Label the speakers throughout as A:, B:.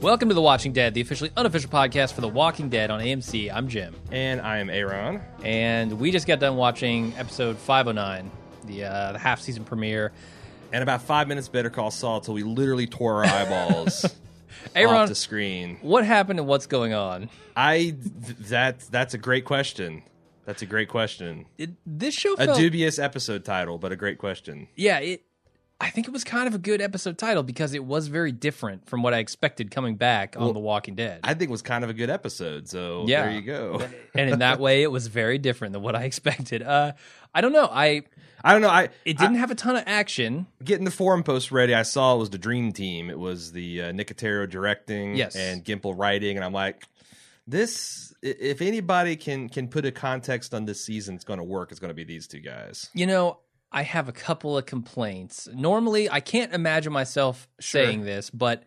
A: Welcome to The Watching Dead, the officially unofficial podcast for The Walking Dead on AMC. I'm Jim.
B: And I am Aaron.
A: And we just got done watching episode 509, the, uh, the half season premiere.
B: And about five minutes Better Call Saul till we literally tore our eyeballs off
A: Aaron,
B: the screen.
A: what happened and what's going on?
B: I th- that that's a great question. That's a great question.
A: It, this show
B: A
A: felt.
B: dubious episode title, but a great question.
A: yeah, it. I think it was kind of a good episode title because it was very different from what I expected coming back on The Walking Dead.
B: I think it was kind of a good episode. So
A: Yeah.
B: there you go.
A: and in that way, it was very different than what I expected. Uh, I don't know. I
B: I don't know. I
A: it
B: I-
A: didn't have a ton of action.
B: getting the forum post ready, I saw it was the Dream Team. It was the uh, Nicotero directing
A: Yes.
B: and Gimple writing, and I'm like, this. i- If anybody can can put a context on this season, it's going to work. It's going to be these two guys.
A: You know, I have a couple of complaints. Normally, I can't imagine myself
B: Sure.
A: saying this, but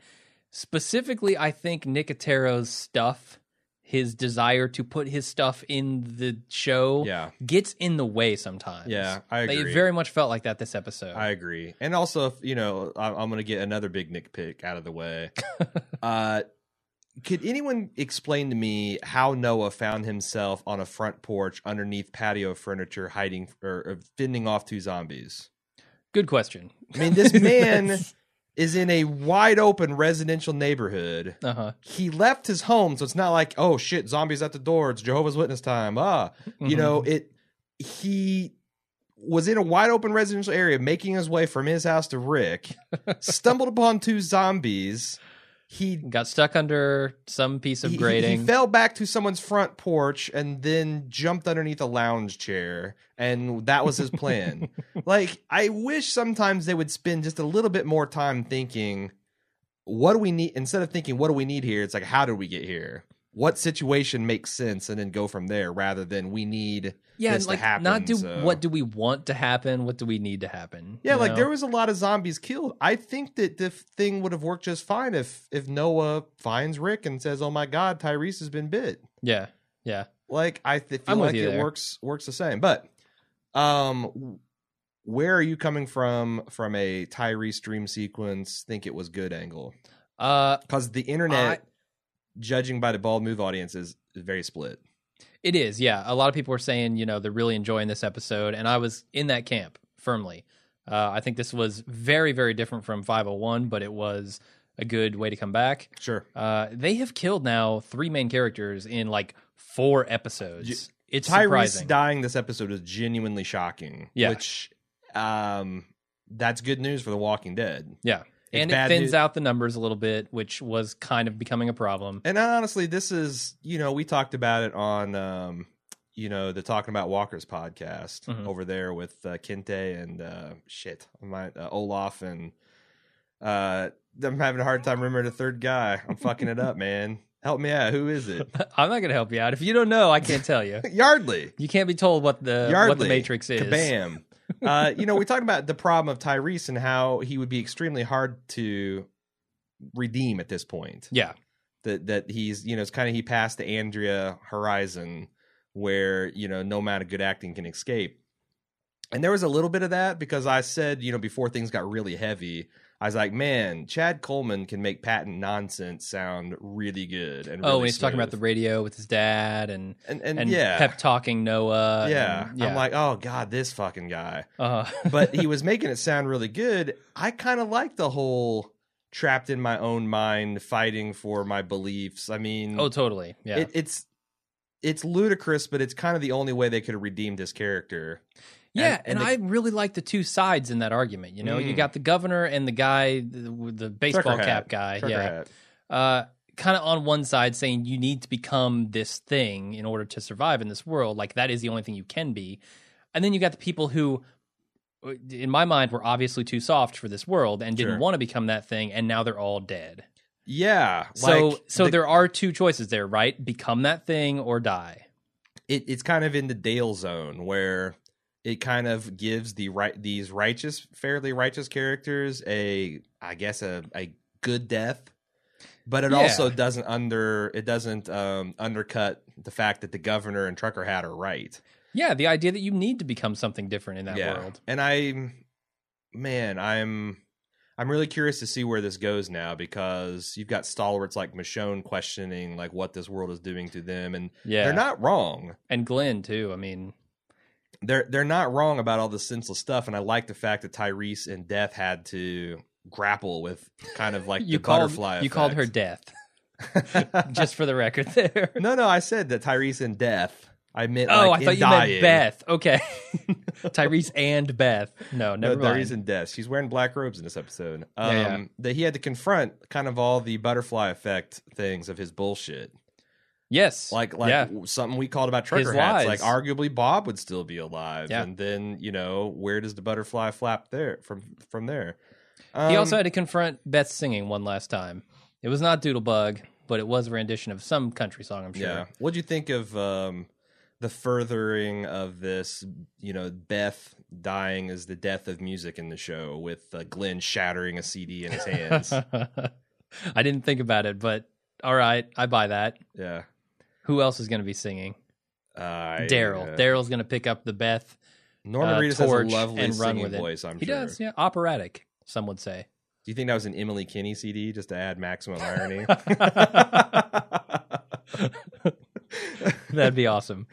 A: specifically, I think Nicotero's stuff, his desire to put his stuff in the show,
B: Yeah.
A: gets in the way sometimes.
B: Yeah, I
A: Like,
B: agree.
A: It very much felt like that this episode.
B: I agree. And also, if, you know, I, I'm going to get another big nitpick out of the way. uh, could anyone explain to me how Noah found himself on a front porch underneath patio furniture, hiding or, or fending off two zombies?
A: Good question.
B: I mean, this man is in a wide open residential neighborhood.
A: Uh huh.
B: He left his home, so it's not like, oh shit, zombies at the door. It's Jehovah's Witness time. Ah, you
A: Mm-hmm.
B: know it. He was in a wide open residential area, making his way from his house to Rick. stumbled upon two zombies. He
A: Got stuck under some piece of
B: he- he-
A: grating.
B: He, fell back to someone's front porch and then jumped underneath a lounge chair, and that was his plan. like, I wish sometimes they would spend just a little bit more time thinking, what do we need? Instead of thinking, what do we need here? It's like, how did we get here? What situation makes sense, and then go from there, rather than we need.
A: yeah,
B: this to
A: like
B: happen,
A: not do
B: so-
A: what do we want to happen? What do we need to happen?
B: Yeah,
A: you
B: like
A: know?
B: there was a lot of zombies killed. I think that the thing would have worked just fine if if Noah finds Rick and says, "Oh my God, Tyrese has been bit."
A: Yeah, yeah.
B: like I th- feel
A: I'm with
B: like
A: you
B: it
A: there.
B: works works the same. But um, where are you coming from from a Tyrese dream sequence? Think it was good angle
A: Uh,
B: because the internet, judging by the bald move audience, is very split.
A: It is, yeah. A lot of people were saying, you know, they're really enjoying this episode, and I was in that camp firmly. Uh, I think this was very, very different from 501, but it was a good way to come back.
B: Sure,
A: Uh, they have killed now three main characters in like four episodes. it's
B: Tyrese
A: surprising.
B: dying this episode is genuinely shocking.
A: Yeah.
B: which um, that's good news for The Walking Dead.
A: yeah,
B: It's
A: and it
B: bad
A: thins
B: news-
A: out the numbers a little bit, which was kind of becoming a problem.
B: And honestly, this is you know we talked about it on um, you know the talking about Walker's podcast
A: Mhm.
B: over there with uh, Kente and uh, shit, my uh, Olaf and uh, I'm having a hard time remembering the third guy. I'm fucking it up, man. Help me out. Who is it?
A: I'm not going to help you out if you don't know. I can't tell you.
B: Yardley.
A: You can't be told what the what the
B: Yardley.
A: Matrix is.
B: Kabam. uh, you know, we talked about the problem of Tyrese and how he would be extremely hard to redeem at this point.
A: Yeah,
B: that that he's you know it's kind of he passed the Andrea horizon where you know no amount of good acting can escape. And there was a little bit of that because I said you know before things got really heavy, I was like, man, Chad Coleman can make patent nonsense sound really good. And
A: oh,
B: really
A: and he's talking about the
B: smooth.
A: radio with his dad and
B: and and,
A: and
B: yeah.
A: pep talking Noah.
B: yeah. Uh-huh.
A: and-
B: I'm like, oh god, this fucking guy.
A: uh,
B: But he was making it sound really good. I kind of like the whole trapped in my own mind, fighting for my beliefs. I mean,
A: oh, totally, yeah,
B: it, it's it's ludicrous, but it's kind of the only way they could have redeemed this character.
A: yeah.
B: and-
A: And,
B: and
A: I really like the two sides in that argument. You know, you
B: Mm.
A: got the governor and the guy, the, with the baseball
B: Trucker
A: cap
B: hat.
A: guy,
B: Trucker
A: yeah,
B: hat.
A: uh, kind of on one side saying you need to become this thing in order to survive in this world. Like that is the only thing you can be. And then you got the people who, uh, in my mind, were obviously too soft for this world and didn't
B: Sure.
A: want to become that thing, and now they're all dead.
B: Yeah.
A: So,
B: like
A: so
B: the-
A: there are two choices there, right? Become that thing or die.
B: it, it's kind of in the Dale zone where it kind of gives the right these righteous, fairly righteous characters a, I guess a a good death, but it
A: Yeah.
B: also doesn't under it doesn't um, undercut the fact that the governor and trucker hat are right.
A: Yeah, the idea that you need to become something different in that world.
B: And I, man, I'm, I'm really curious to see where this goes now because you've got stalwarts like Michonne questioning like what this world is doing to them, and
A: Yeah,
B: they're not wrong.
A: and Glenn too. I mean,
B: They're they're not wrong about all this senseless stuff, and I like the fact that Tyrese and Death had to grapple with kind of like
A: you
B: the
A: called
B: butterfly.
A: you called her death. Just for the record, there.
B: no, no, I said that Tyrese and Death. I meant
A: oh, I
B: like, in
A: thought you
B: dying.
A: meant Beth. Okay, Tyrese and Beth. No, never
B: no,
A: mind.
B: Therese and Death. She's wearing black robes in this episode. Um,
A: Yeah,
B: That he had to confront kind of all the butterfly effect things of his bullshit.
A: yes,
B: Like like
A: yeah.
B: something we called about trucker
A: His
B: hats.
A: lies.
B: Like arguably Bob would still be alive.
A: Yeah.
B: And then, you know, where does the butterfly flap there from from there? Um,
A: He also had to confront Beth singing one last time. It was not Doodlebug, but it was a rendition of some country song. I'm sure.
B: Yeah. What'd you think of um the furthering of this, you know, Beth dying is the death of music in the show with uh, Glenn shattering a CD in his hands.
A: I didn't think about it, but all right, I buy that.
B: yeah.
A: Who else is going to be singing?
B: Uh,
A: Daryl. Daryl's going to pick up the Beth.
B: Norman
A: uh,
B: Reedus has a
A: torch
B: lovely
A: and run
B: singing
A: with it.
B: voice. I'm
A: he
B: sure.
A: does, yeah, operatic. Some would say.
B: Do you think that was an Emily Kinney CD just to add maximum irony?
A: That'd be awesome.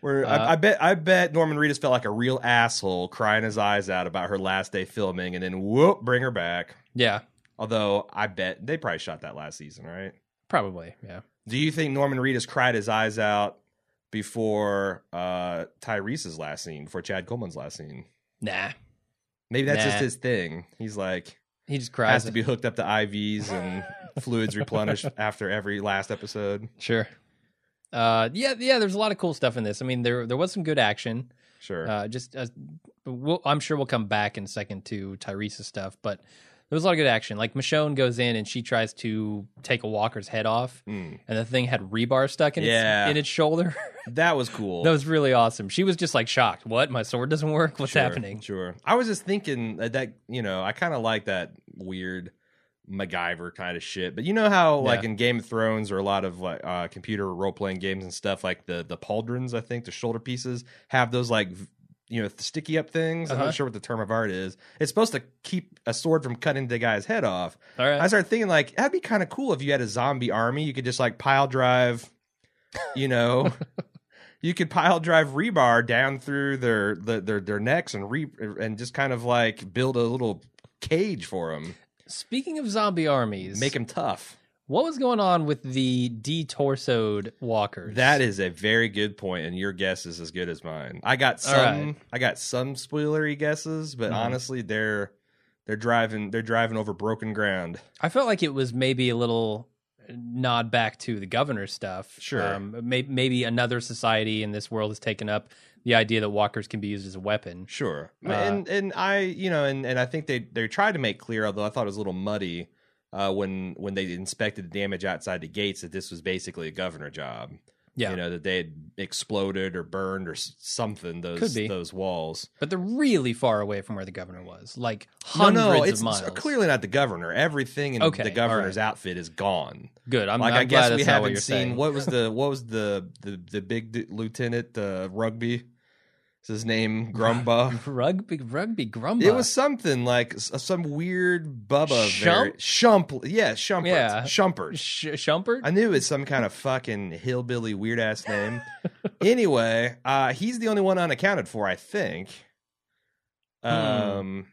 B: Where
A: Uh,
B: I, I bet I bet Norman Reedus felt like a real asshole crying his eyes out about her last day filming, and then whoop, bring her back.
A: Yeah,
B: Although I bet they probably shot that last season, right?
A: probably. Yeah.
B: Do you think Norman Reedus cried his eyes out before uh, Tyrese's last scene, before Chad Coleman's last scene?
A: Nah,
B: Maybe that's
A: Nah.
B: just his thing. He's like,
A: he just
B: has
A: cries.
B: to be hooked up to IVs and fluids replenished after every last episode.
A: sure. Uh, yeah, yeah. There's a lot of cool stuff in this. I mean, there there was some good action.
B: Sure.
A: Uh, just uh, we'll, I'm sure we'll come back in a second to Tyrese's stuff, but there was a lot of good action. Like Michonne goes in and she tries to take a walker's head off,
B: Mm.
A: and the thing had rebar stuck in
B: Yeah.
A: its in its shoulder.
B: That was cool.
A: that was really awesome. She was just like shocked. What? My sword doesn't work. What's
B: Sure,
A: happening?
B: Sure. I was just thinking that, that you know, I kind of like that weird MacGyver kind of shit. But you know how, like in Game of Thrones or a lot of like uh, computer role playing games and stuff, like the the pauldrons, I think the shoulder pieces have those like v- you know sticky up things. I'm
A: Uh-huh.
B: not sure what the term of art is. It's supposed to keep a sword from cutting the guy's head off.
A: All right.
B: I started thinking like that'd be kind of cool if you had a zombie army. You could just like pile drive, you know, you could pile drive rebar down through their their their, their necks and re and just kind of like build a little cage for them,
A: Speaking of zombie armies,
B: make them tough.
A: what was going on with the detorsoed walkers?
B: That is a very good point, and your guess is as good as mine. I got
A: All
B: some, I got some spoilery guesses, but
A: Mhm.
B: honestly, they're they're driving they're driving over broken ground.
A: I felt like it was maybe a little nod back to the governor stuff. Um,
B: Sure.
A: may, maybe another society in this world has taken up the idea that walkers can be used as a weapon.
B: Sure.
A: Uh,
B: and and I, you know, and and I think they they tried to make clear, although I thought it was a little muddy uh, when when they inspected the damage outside the gates that this was basically a governor job.
A: Yeah.
B: You know that they had exploded or burned or s- something those
A: Could be.
B: those walls.
A: But they're really far away from where the governor was, like
B: No,
A: hundreds
B: no,
A: of
B: it's
A: miles.
B: it's clearly not the governor. Everything in
A: Okay,
B: the
A: all
B: governor's outfit is gone.
A: Good. I'm,
B: like
A: I'm
B: i guess
A: glad
B: we
A: that's not what
B: haven't
A: you're
B: seen
A: saying.
B: what was the what was the the the big d- lieutenant uh, rugby. Is his name Grumba?
A: rugby, rugby grumble.
B: It was something like s- uh, some weird Bubba
A: Shump?
B: vari- Shump. Yeah, Shumpert.
A: Yeah.
B: Shumpert.
A: Sh- Shumpert.
B: I knew it was some kind of fucking hillbilly weird ass name. anyway, uh, he's the only one unaccounted for, I think. Um,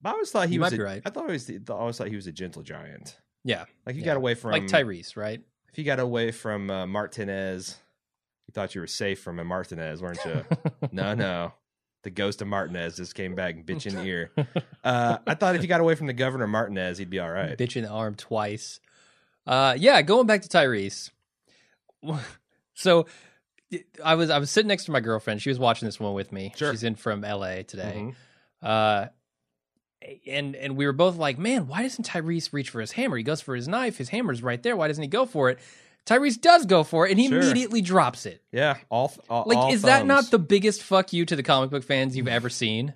B: but I always thought
A: Hmm.
B: he
A: You
B: was.
A: might
B: a-
A: be right.
B: I thought always I always thought he was a gentle giant.
A: Yeah.
B: like he
A: Yeah.
B: got away from
A: like Tyrese, right?
B: If you got away from uh, Martinez, you thought you were safe from a Martinez, weren't you? no, no. The ghost of Martinez just came back, bitch in the ear. Uh, I thought if he got away from the governor Martinez, he'd be all right.
A: Bitch in the arm twice. Uh, yeah, going back to Tyrese. So I was I was sitting next to my girlfriend. She was watching this one with me.
B: Sure.
A: She's in from LA today.
B: Mhm.
A: Uh, and and we were both like, man, why doesn't Tyrese reach for his hammer? He goes for his knife. His hammer's right there. Why doesn't he go for it? Tyrese does go for it, and he
B: Sure.
A: immediately drops it.
B: Yeah, all, th- all
A: Like,
B: all
A: is that
B: thumbs.
A: not the biggest fuck you to the comic book fans you've ever seen?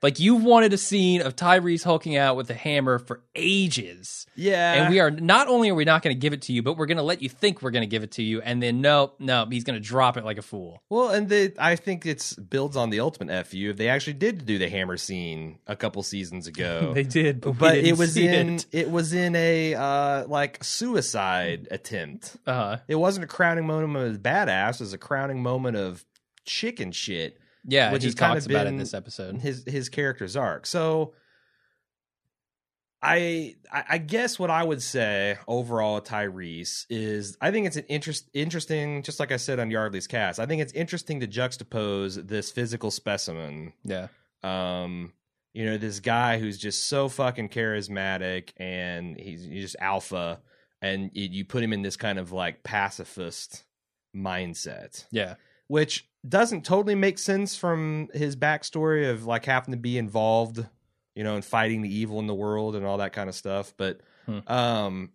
A: Like you've wanted a scene of Tyrese hulking out with a hammer for ages.
B: Yeah.
A: And we are not only are we not going to give it to you, but we're going to let you think we're going to give it to you, and then no, no, he's going to drop it like a fool.
B: Well, and they, I think it's builds on the ultimate fu. They actually did do the hammer scene a couple seasons ago,
A: They did, but, we
B: but
A: didn't
B: it was
A: see
B: in
A: It.
B: it. was in a uh, like suicide attempt.
A: Uh-huh.
B: It wasn't a crowning moment of badass. It was a crowning moment of chicken shit.
A: Yeah,
B: Which
A: he
B: has kinda
A: talks about it in
B: been-
A: this episode.
B: His his character's arc. So. I I I guess what I would say overall, Tyrese is I think it's an interest interesting. Just like I said on Yardley's cast, I think it's interesting to juxtapose this physical specimen
A: Yeah,
B: um you know this guy who's just so fucking charismatic and he's, he's just alpha and it, you put him in this kind of like pacifist mindset
A: yeah,
B: which doesn't totally make sense from his backstory of like having to be involved you know in fighting the evil in the world and all that kind of stuff but
A: Hmm.
B: um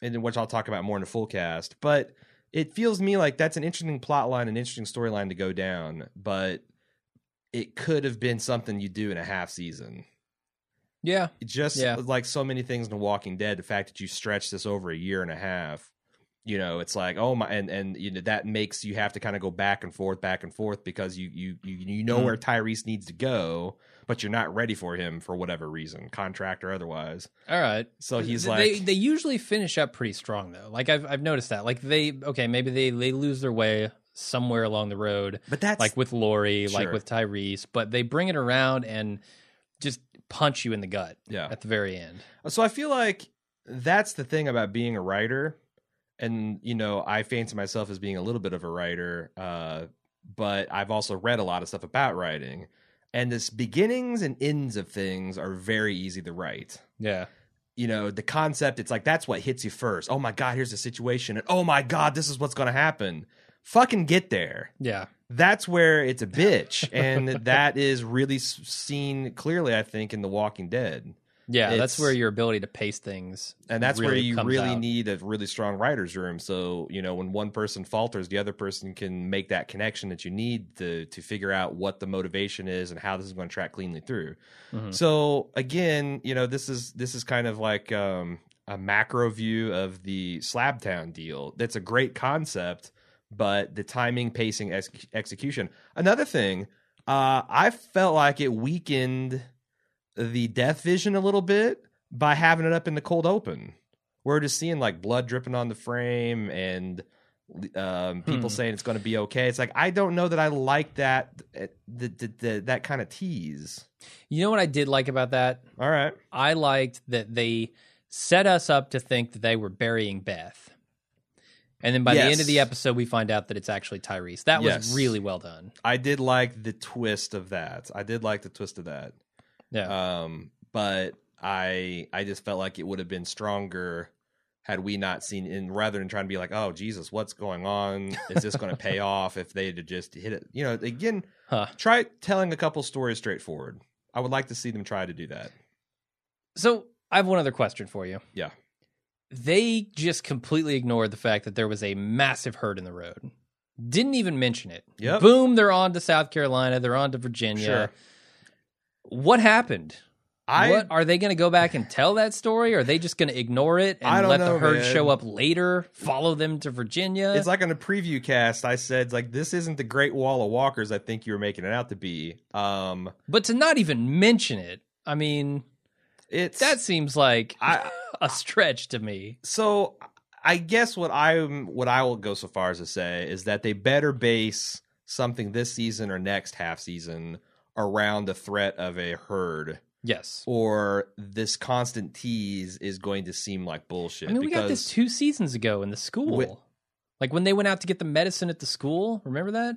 B: and then which i'll talk about more in the full cast but it feels to me like that's an interesting plot line an interesting storyline to go down but it could have been something you do in a half season
A: yeah,
B: just
A: Yeah.
B: like so many things in The Walking Dead, the fact that you stretch this over a year and a half, you know, it's like oh my, and and you know that makes you have to kind of go back and forth, back and forth because you you you you know
A: Mhm.
B: where Tyrese needs to go, but you're not ready for him for whatever reason, contract or otherwise.
A: All right.
B: So he's
A: They-
B: like,
A: they, they usually finish up pretty strong though. Like I've I've noticed that. Like they okay, maybe they they lose their way somewhere along the road,
B: but that's
A: like with Lori, like
B: Sure.
A: with Tyrese, but they bring it around and just punch you in the gut
B: yeah.
A: at the very end.
B: So I feel like that's the thing about being a writer, and you know, I fancy myself as being a little bit of a writer, uh, but I've also read a lot of stuff about writing, and this beginnings and ends of things are very easy to write.
A: Yeah.
B: You know, the concept, it's like that's what hits you first. Oh my god, here's the situation, and oh my god, this is what's gonna happen. Fucking get there
A: Yeah.
B: that's where it's a bitch and that is really s- seen clearly i think in the walking dead
A: Yeah. that's
B: It's-
A: where your ability to pace things.
B: and that's where
A: really
B: you
A: comes
B: really
A: out.
B: need a really strong writer's room so you know when one person falters the other person can make that connection that you need to to figure out what the motivation is and how this is going to track cleanly through
A: Mhm.
B: so again you know this is this is kind of like um a macro view of the slabtown deal that's a great concept but the timing pacing ex- execution another thing uh i felt like it weakened the death vision a little bit by having it up in the cold open. We're just seeing like blood dripping on the frame and um, people
A: Hmm.
B: saying it's going to be okay. It's like I don't know that I like that uh, the, the, the, that kind of tease.
A: You know what I did like about that?
B: All right,
A: I liked that they set us up to think that they were burying Beth. And then by the end of the
B: Yes.
A: episode, we find out that it's actually Tyrese. That was
B: Yes.
A: really well done.
B: I did like the twist of that. I did like the twist of that.
A: Yeah.
B: Um, but I I just felt like it would have been stronger had we not seen and rather than trying to be like, oh Jesus, what's going on? Is this going to pay off? If they had just hit it, you know, again,
A: Huh.
B: try telling a couple stories straightforward. I would like to see them try to do that.
A: So I have one other question for you.
B: Yeah.
A: They just completely ignored the fact that there was a massive herd in the road. Didn't even mention it.
B: Yep.
A: Boom, they're on to South Carolina, they're on to Virginia.
B: Sure.
A: What happened?
B: I
A: what are they going to go back and tell that story? Are they just going to ignore it
B: I
A: and
B: don't
A: let the
B: know,
A: herd
B: man.
A: show up later, follow them to Virginia?
B: it's like on a preview cast. I said like this isn't the Great Wall of Walkers. I think you were making it out to be. Um,
A: but to not even mention it, I mean,
B: it's
A: that seems like
B: I
A: a stretch to me.
B: so I guess what I'm what I will go so far as to say is that they better base something this season or next half season around the threat of a herd
A: Yes.
B: or this constant tease is going to seem like bullshit
A: I mean, we got this two seasons ago in the school.
B: Wi-
A: like when they went out to get the medicine at the school, remember that?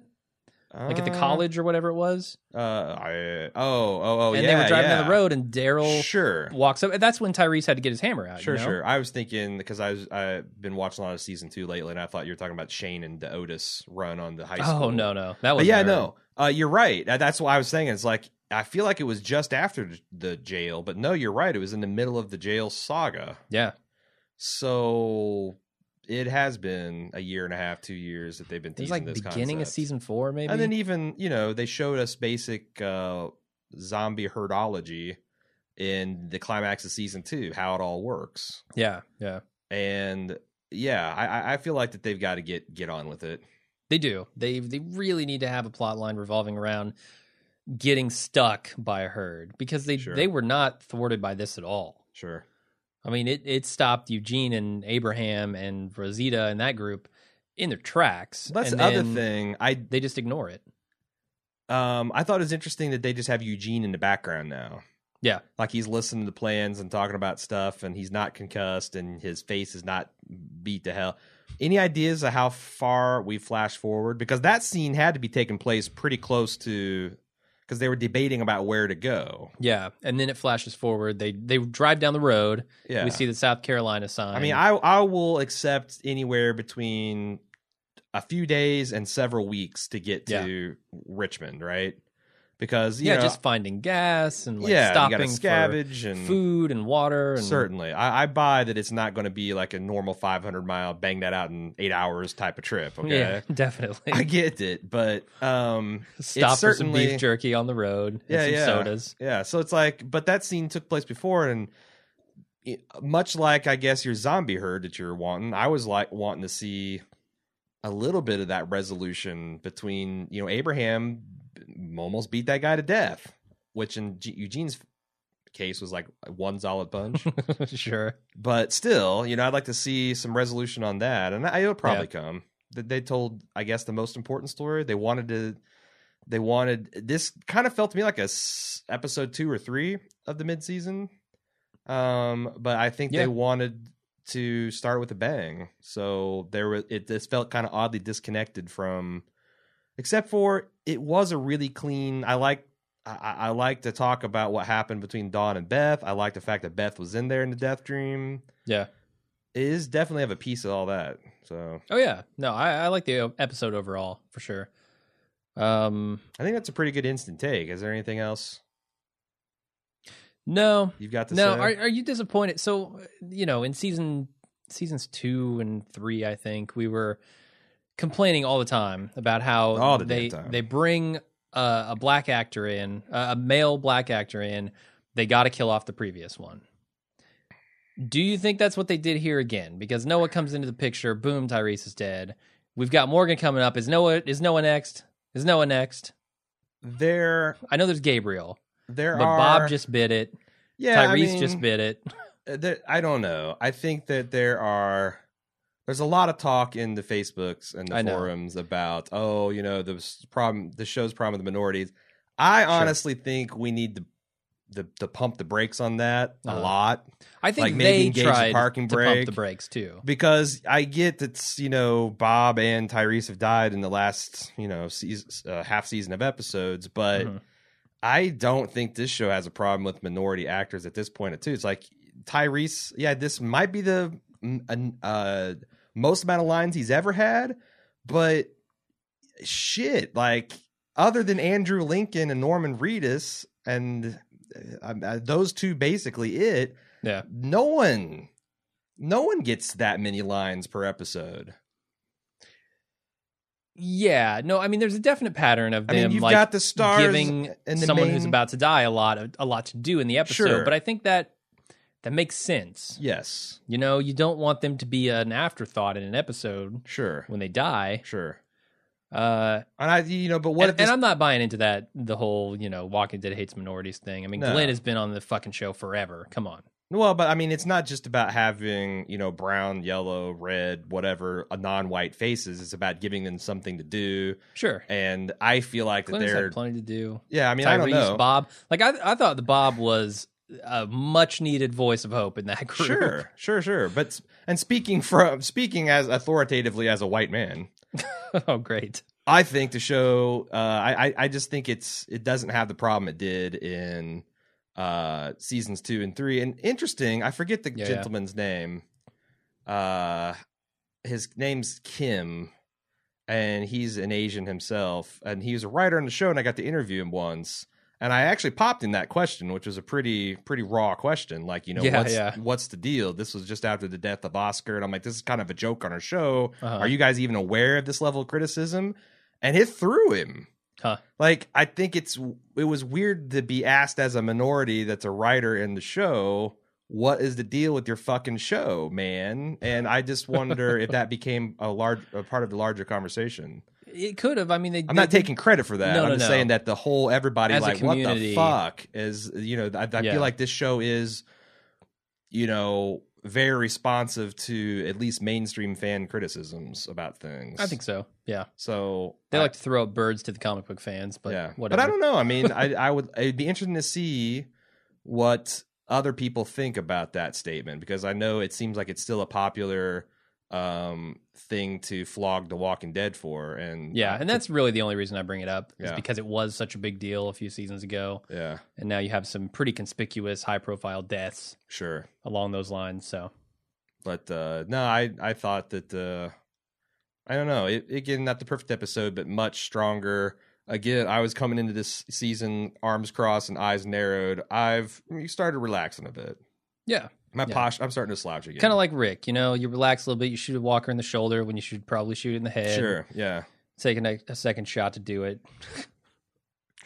A: Like at the
B: Uh,
A: college or whatever it was.
B: uh I, oh oh oh
A: and
B: yeah,
A: they were driving
B: yeah.
A: down the road, and Daryl
B: sure
A: walks up. That's when Tyrese had to get his hammer out. you
B: Sure,
A: know?
B: sure. I was thinking because I was I've been watching a lot of season two lately, and I thought you were talking about Shane and the Otis run on the high school.
A: Oh no, no, that
B: but
A: was
B: yeah, no. Uh, you're right. That- That's what I was saying. It's like I feel like it was just after the jail, but no, you're right. It was in the middle of the jail saga,
A: yeah,
B: so it has been a year and a half, two years that they've been
A: it was
B: teasing
A: like
B: this
A: beginning of
B: concept.
A: season four, maybe.
B: And then even you know they showed us basic uh, zombie herdology in the climax of season two, how it all works.
A: Yeah, yeah.
B: And yeah, I, I feel like that they've got to get get on with it.
A: They do. They they really need to have a plot line revolving around getting stuck by a herd because they
B: Sure.
A: they were not thwarted by this at all.
B: Sure.
A: I mean, it it stopped Eugene and Abraham and Rosita and that group in their tracks.
B: That's
A: and
B: the other
A: then
B: thing. I
A: They just ignore it.
B: um I thought it was interesting that they just have Eugene in the background now.
A: Yeah.
B: Like he's listening to plans and talking about stuff and he's not concussed and his face is not beat to hell. Any ideas of how far we flash forward? Because that scene had to be taking place pretty close to because they were debating about where to go.
A: Yeah, and then it flashes forward. They they drive down the road.
B: Yeah.
A: We see the South Carolina sign.
B: I mean, I I will accept anywhere between a few days and several weeks to get to Richmond, right? Because you
A: yeah,
B: know,
A: just finding gas and like
B: yeah, you
A: stopping
B: gotta scavenge
A: for
B: and
A: food and water. And,
B: certainly. I, I buy that it's not going to be like a normal 500 mile bang that out in eight hours type of trip. Okay,
A: Yeah, definitely.
B: I get it, but um,
A: Stop for some
B: certainly-
A: beef jerky on the road.
B: Yeah,
A: and some
B: yeah.
A: sodas.
B: Yeah, so it's like, but that scene took place before, and it- much like I guess your zombie herd that you're wanting, I was like wanting to see a little bit of that resolution between you know Abraham almost beat that guy to death, which in G- Eugene's case was like one solid punch,
A: sure.
B: but still, you know, I'd like to see some resolution on that, and I, it'll probably come. That they told, I guess, the most important story. They wanted to, they wanted this kind of felt to me like a s- episode two or three of the mid season, um, but I think
A: Yeah.
B: they wanted to start with a bang. So there was it. This felt kind of oddly disconnected from, except for it was a really clean. I like. I- I, I like to talk about what happened between Dawn and Beth. I like the fact that Beth was in there in the death dream
A: Yeah.
B: is definitely have a piece of all that. So
A: Oh yeah. No, I, I like the episode overall for sure. Um,
B: I think that's a pretty good instant take. Is there anything else
A: no,
B: you've got to
A: no.
B: say?
A: Are are you disappointed? So you know, in season seasons two and three, I think we were complaining all the time about how
B: All the damn
A: they
B: time.
A: they bring uh, a black actor in, uh, a male black actor in. They got to kill off the previous one. Do you think that's what they did here again? Because Noah comes into the picture. Boom, Tyrese is dead. We've got Morgan coming up. Is Noah is Noah next? Is Noah next?
B: there,
A: I know there's Gabriel,
B: there
A: but
B: are.
A: Bob just bit it.
B: yeah,
A: Tyrese
B: I mean,
A: just bit it.
B: Uh, There, I don't know. I think that there are. There's a lot of talk in the Facebooks and
A: I
B: the
A: know.
B: forums about oh, you know, the s- problem, the show's problem with the minorities. I honestly think we need to the to pump the brakes on that
A: Uh-huh.
B: a lot.
A: I think
B: Like, maybe
A: they
B: engage the
A: tried
B: parking
A: to pump
B: brake.
A: the brakes too.
B: because I get that you know Bob and Tyrese have died in the last you know season, uh, half season of episodes, but
A: Mhm.
B: I don't think this show has a problem with minority actors at this point too. It's like Tyrese, yeah, this might be the mm, an- uh, most amount of lines he's ever had, but shit, like other than Andrew Lincoln and Norman Reedus and uh, uh, those two basically it
A: Yeah.
B: no one no one gets that many lines per episode
A: Yeah, no, I mean, there's a definite pattern of
B: i
A: them
B: mean you've
A: like
B: got the stars
A: giving
B: and the
A: someone
B: main-
A: who's about to die a lot, a, lot to do in the episode.
B: Sure.
A: But I think that that makes sense.
B: yes
A: You know, you don't want them to be an afterthought in an episode
B: sure
A: when they die.
B: sure
A: Uh,
B: and i you know but what
A: and,
B: if this,
A: and I'm not buying into that the whole you know Walking Dead hates minorities thing. I mean,
B: No.
A: Glenn has been on the fucking show forever. Come on.
B: well but i mean it's not just about having you know brown yellow red whatever a non-white faces it's about giving them something to do
A: Sure.
B: and i feel like that
A: Glenn has
B: they're
A: had plenty to do.
B: yeah i mean i don't
A: Tyrese,
B: know
A: Bob. Like I, I thought the Bob was a much needed voice of hope in that group.
B: sure sure sure but s- and speaking from speaking as authoritatively as a white man
A: oh, great.
B: I think the show. Uh, I I- I just think it's it doesn't have the problem it did in uh, seasons two and three. And interesting, I forget the
A: Yeah, yeah.
B: gentleman's name. Uh, his name's Kim, and he's an Asian himself. And he was a writer on the show, and I got to interview him once. And I actually popped him that question, which was a pretty pretty raw question. Like, you know,
A: Yeah,
B: what's
A: yeah.
B: what's the deal? This was just after the death of Oscar, and I'm like, this is kind of a joke on our show.
A: Uh-huh.
B: Are you guys even aware of this level of criticism? And it threw him.
A: Huh.
B: Like I think it's it was weird to be asked as a minority that's a writer in the show, what is the deal with your fucking show, man? And I just wonder if that became a large a part of the larger conversation.
A: It could have. I mean, they,
B: I'm
A: they
B: not
A: did-
B: taking credit for that.
A: No,
B: I'm
A: no,
B: just
A: no.
B: saying that the whole everybody
A: As a
B: like what the
A: community.
B: fuck is you know I, I
A: Yeah.
B: feel like this show is you know very responsive to at least mainstream fan criticisms about things.
A: I think so. Yeah,
B: so.
A: they
B: I-
A: like to throw up birds to the comic book fans, but
B: yeah,
A: whatever.
B: but I don't know. I mean, I I would it'd be interesting to see what other people think about that statement because I know it seems like it's still a popular um thing to flog The Walking Dead for and
A: yeah, and that's really the only reason I bring it up is
B: Yeah.
A: because it was such a big deal a few seasons ago,
B: yeah
A: and now you have some pretty conspicuous, high-profile deaths
B: sure
A: along those lines. So
B: but uh no i i thought that uh i don't know it, again not the perfect episode but much stronger again i was coming into this season arms crossed and eyes narrowed i've you started relaxing a bit
A: yeah,
B: my
A: Yeah.
B: posture i'm starting to slouch again
A: kind of like Rick. You know, you relax a little bit. You shoot a walker in the shoulder when you should probably shoot it in the head.
B: sure yeah
A: taking a, a second shot to do it.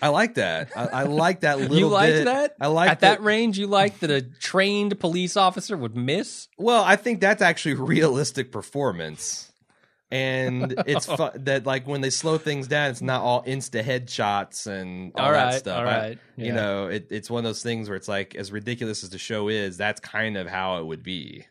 B: i like that i, I like that little
A: you liked
B: bit.
A: that?
B: i like
A: At that range, you liked that a trained police officer would miss?
B: Well, I think that's actually realistic performance. And it's fu- that like when they slow things down, it's not all insta headshots and all,
A: all
B: that
A: right,
B: stuff.
A: all
B: I-
A: right.
B: You
A: Yeah.
B: know, it, it's one of those things where it's like, as ridiculous as the show is, that's kind of how it would be.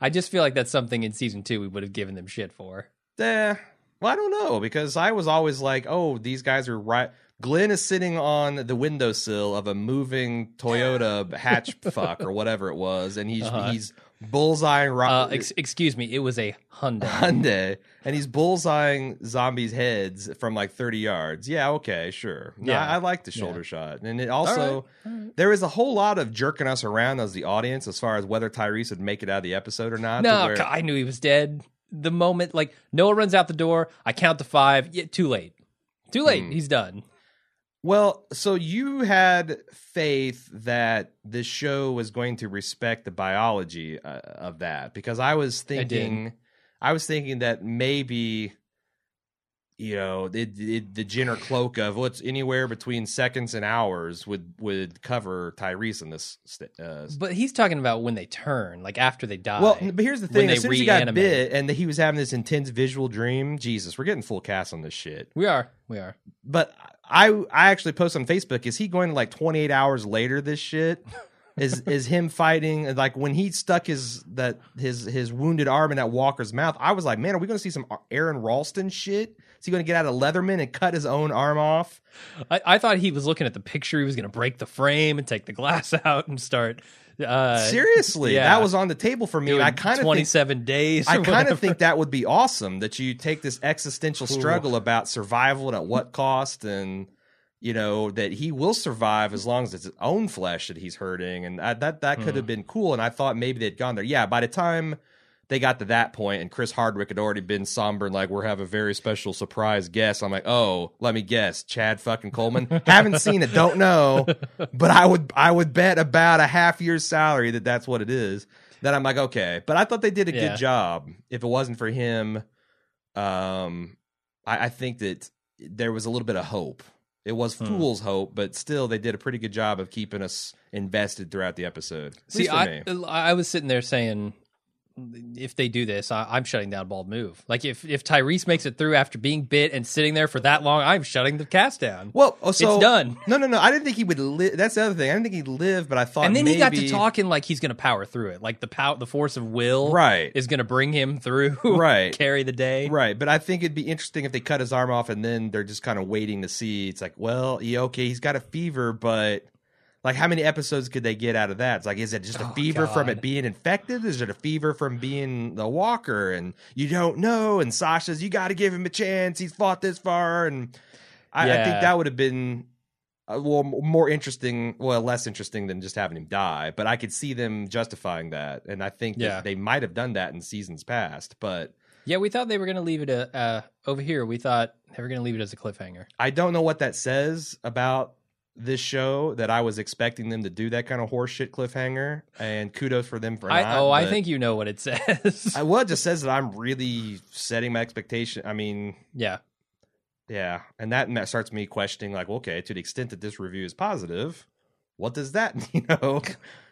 A: I just feel like that's something in season two we would have given them shit for.
B: Eh, well, I don't know because I was always like, oh, these guys are right. Glenn is sitting on the windowsill of a moving Toyota hatch fuck or whatever it was, and he's
A: Uh-huh.
B: he's bullseye ro-
A: Uh, ex- excuse me, it was a Hyundai.
B: Hyundai, and he's bullseyeing zombies' heads from like 30 yards. Yeah, okay, sure. No,
A: Yeah.
B: I, I like the
A: Yeah.
B: shoulder shot. And it also,
A: All right.
B: there was a whole lot of jerking us around as the audience as far as whether Tyrese would make it out of the episode or not. to
A: No,
B: where-
A: c- I knew he was dead. The moment, like Noah runs out the door, I count to five. Yeah, too late. Too late.
B: Hmm.
A: He's done.
B: Well, so you had faith that this show was going to respect the biology uh, of that because I was
A: did.
B: thinking, I, was thinking that maybe, you know, it, it, the Jenner cloak of what's anywhere between seconds and hours would would cover Tyrese in this. st- Uh,
A: But he's talking about when they turn, like after they die.
B: well, but here's the
A: when
B: thing:
A: they
B: as soon as he got
A: reanimate.
B: bit and he was having this intense visual dream, Jesus, we're getting full cast on this shit
A: we are. We are.
B: but I I actually post on Facebook. Is he going to like 28 hours later? This shit is is him fighting like when he stuck his that his his wounded arm in that Walker's mouth. I was like, man, are we going to see some Aaron Ralston shit? Is he going to get out of Leatherman and cut his own arm off?
A: I, I thought he was looking at the picture. He was going to break the frame and take the glass out and start. Uh,
B: Seriously,
A: yeah.
B: that was on the table for me.
A: doing
B: and I kind of think
A: 27 days.
B: I
A: or
B: kind
A: whatever.
B: of think that would be awesome that you take this existential struggle about survival and at what cost, and you know that he will survive as long as it's his own flesh that he's hurting, and I, that that could
A: Hmm.
B: have been cool. And I thought maybe they'd gone there. Yeah, by the time they got to that point, and Chris Hardwick had already been somber and like we're having a very special surprise guest. I'm like, oh, let me guess, Chad fucking Coleman. Haven't seen it, don't know, but I would I would bet about a half year's salary that that's what it is. That I'm like, okay, but I thought they did a
A: Yeah.
B: good job. If it wasn't for him, um, I, I think that there was a little bit of hope. It was
A: Hmm.
B: fool's hope, but still, they did a pretty good job of keeping us invested throughout the episode. At
A: See,
B: least for
A: I,
B: me.
A: I was sitting there saying, if they do this, I, I'm shutting down Bald Move. Like if if Tyrese makes it through after being bit and sitting there for that long, I'm shutting the cast down.
B: Well, oh, so
A: it's done.
B: No, no, no. I didn't think he would. Li- That's the other thing. I didn't think he'd live, but I thought.
A: And then he got to
B: maybe-
A: talking like he's going to power through it. Like the pow- the force of will,
B: Right.
A: is going to bring him through.
B: Right.
A: carry the day.
B: Right, but I think it'd be interesting if they cut his arm off and then they're just kind of waiting to see. It's like, well, yeah, okay, he's got a fever, but like, how many episodes could they get out of that? It's like, is it just a
A: Oh,
B: fever from
A: God.
B: it being infected? Is it a fever from being the walker? And you don't know. And Sasha's, you got to give him a chance. He's fought this far, and I, I
A: Yeah.
B: think that would have been. Uh, well, m- more interesting, well, less interesting than just having him die, but I could see them justifying that, and I think
A: Yeah.
B: that they might have done that in seasons past. But
A: Yeah, we thought they were going to leave it a, uh, over here. We thought they were going to leave it as a cliffhanger.
B: I don't know what that says about this show that I was expecting them to do that kind of horseshit cliffhanger, and kudos for them for
A: I,
B: not.
A: oh, I
B: but-
A: think you know what it says.
B: I, well, it just says that I'm really setting my expectation. I mean,
A: yeah,
B: Yeah, and that ma- starts me questioning, like, okay, to the extent that this review is positive, what does that, you know?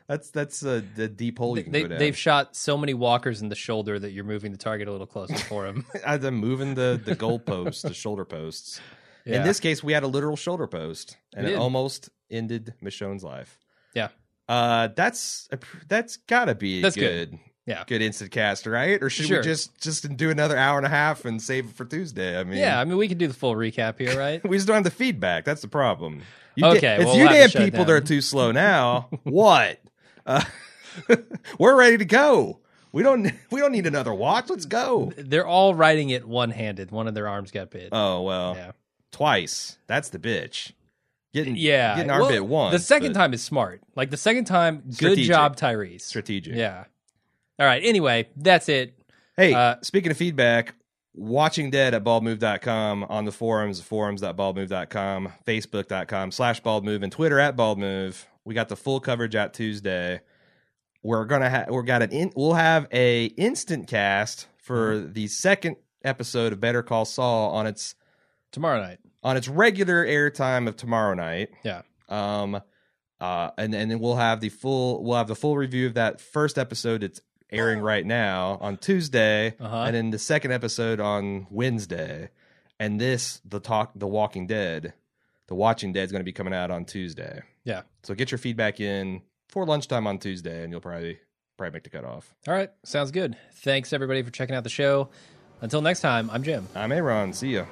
B: That's that's a the deep hole you can
A: They,
B: go down.
A: they've shot so many walkers in the shoulder that you're moving the target a little closer for him.
B: Either moving the the goal posts, the shoulder posts. In this case, we had a literal shoulder post, and
A: We
B: it
A: did.
B: almost ended Michonne's life.
A: Yeah.
B: uh, that's a pr- that's gotta be a
A: That's
B: good.
A: good. Yeah.
B: good instant cast, right? Or should
A: Sure.
B: we just just do another hour and a half and save it for Tuesday? I mean,
A: yeah, I mean, we can do the full recap here, right?
B: we just don't have the feedback. That's the problem. You
A: Okay,
B: da- it's
A: well,
B: you
A: we'll have to
B: damn
A: shut it
B: people that are
A: down.
B: too slow now. what? Uh, we're ready to go. We don't we don't need another watch. Let's go.
A: They're all riding it one handed. One of their arms got bit.
B: Oh well,
A: Yeah.
B: twice. That's the bitch. Getting
A: yeah.
B: getting our
A: Uh, Well,
B: bit once.
A: The second
B: but
A: time is smart. Like the second time, good
B: Strategic.
A: job, Tyrese.
B: strategic.
A: Yeah. All right. Anyway, that's it.
B: Hey,
A: Uh,
B: speaking of feedback, watching dead at baldmove.com on the forums, forums.baldmove.com, facebook.com slash baldmove, and Twitter at baldmove. We got the full coverage out Tuesday. We're gonna have we're got an in- we'll have a instant cast for
A: Mm-hmm.
B: the second episode of Better Call Saul on its
A: Tomorrow night.
B: on its regular airtime of tomorrow night.
A: Yeah.
B: Um uh and, and then we'll have the full we'll have the full review of that first episode that's airing right now on Tuesday
A: Uh huh.
B: and then the second episode on Wednesday, and this the talk the Walking Dead, the Watching Dead is going to be coming out on Tuesday.
A: Yeah.
B: So get your feedback in for lunchtime on Tuesday, and you'll probably probably make the cutoff.
A: All right. Sounds good. Thanks, everybody, for checking out the show. Until next time, I'm Jim.
B: I'm Aaron. See ya.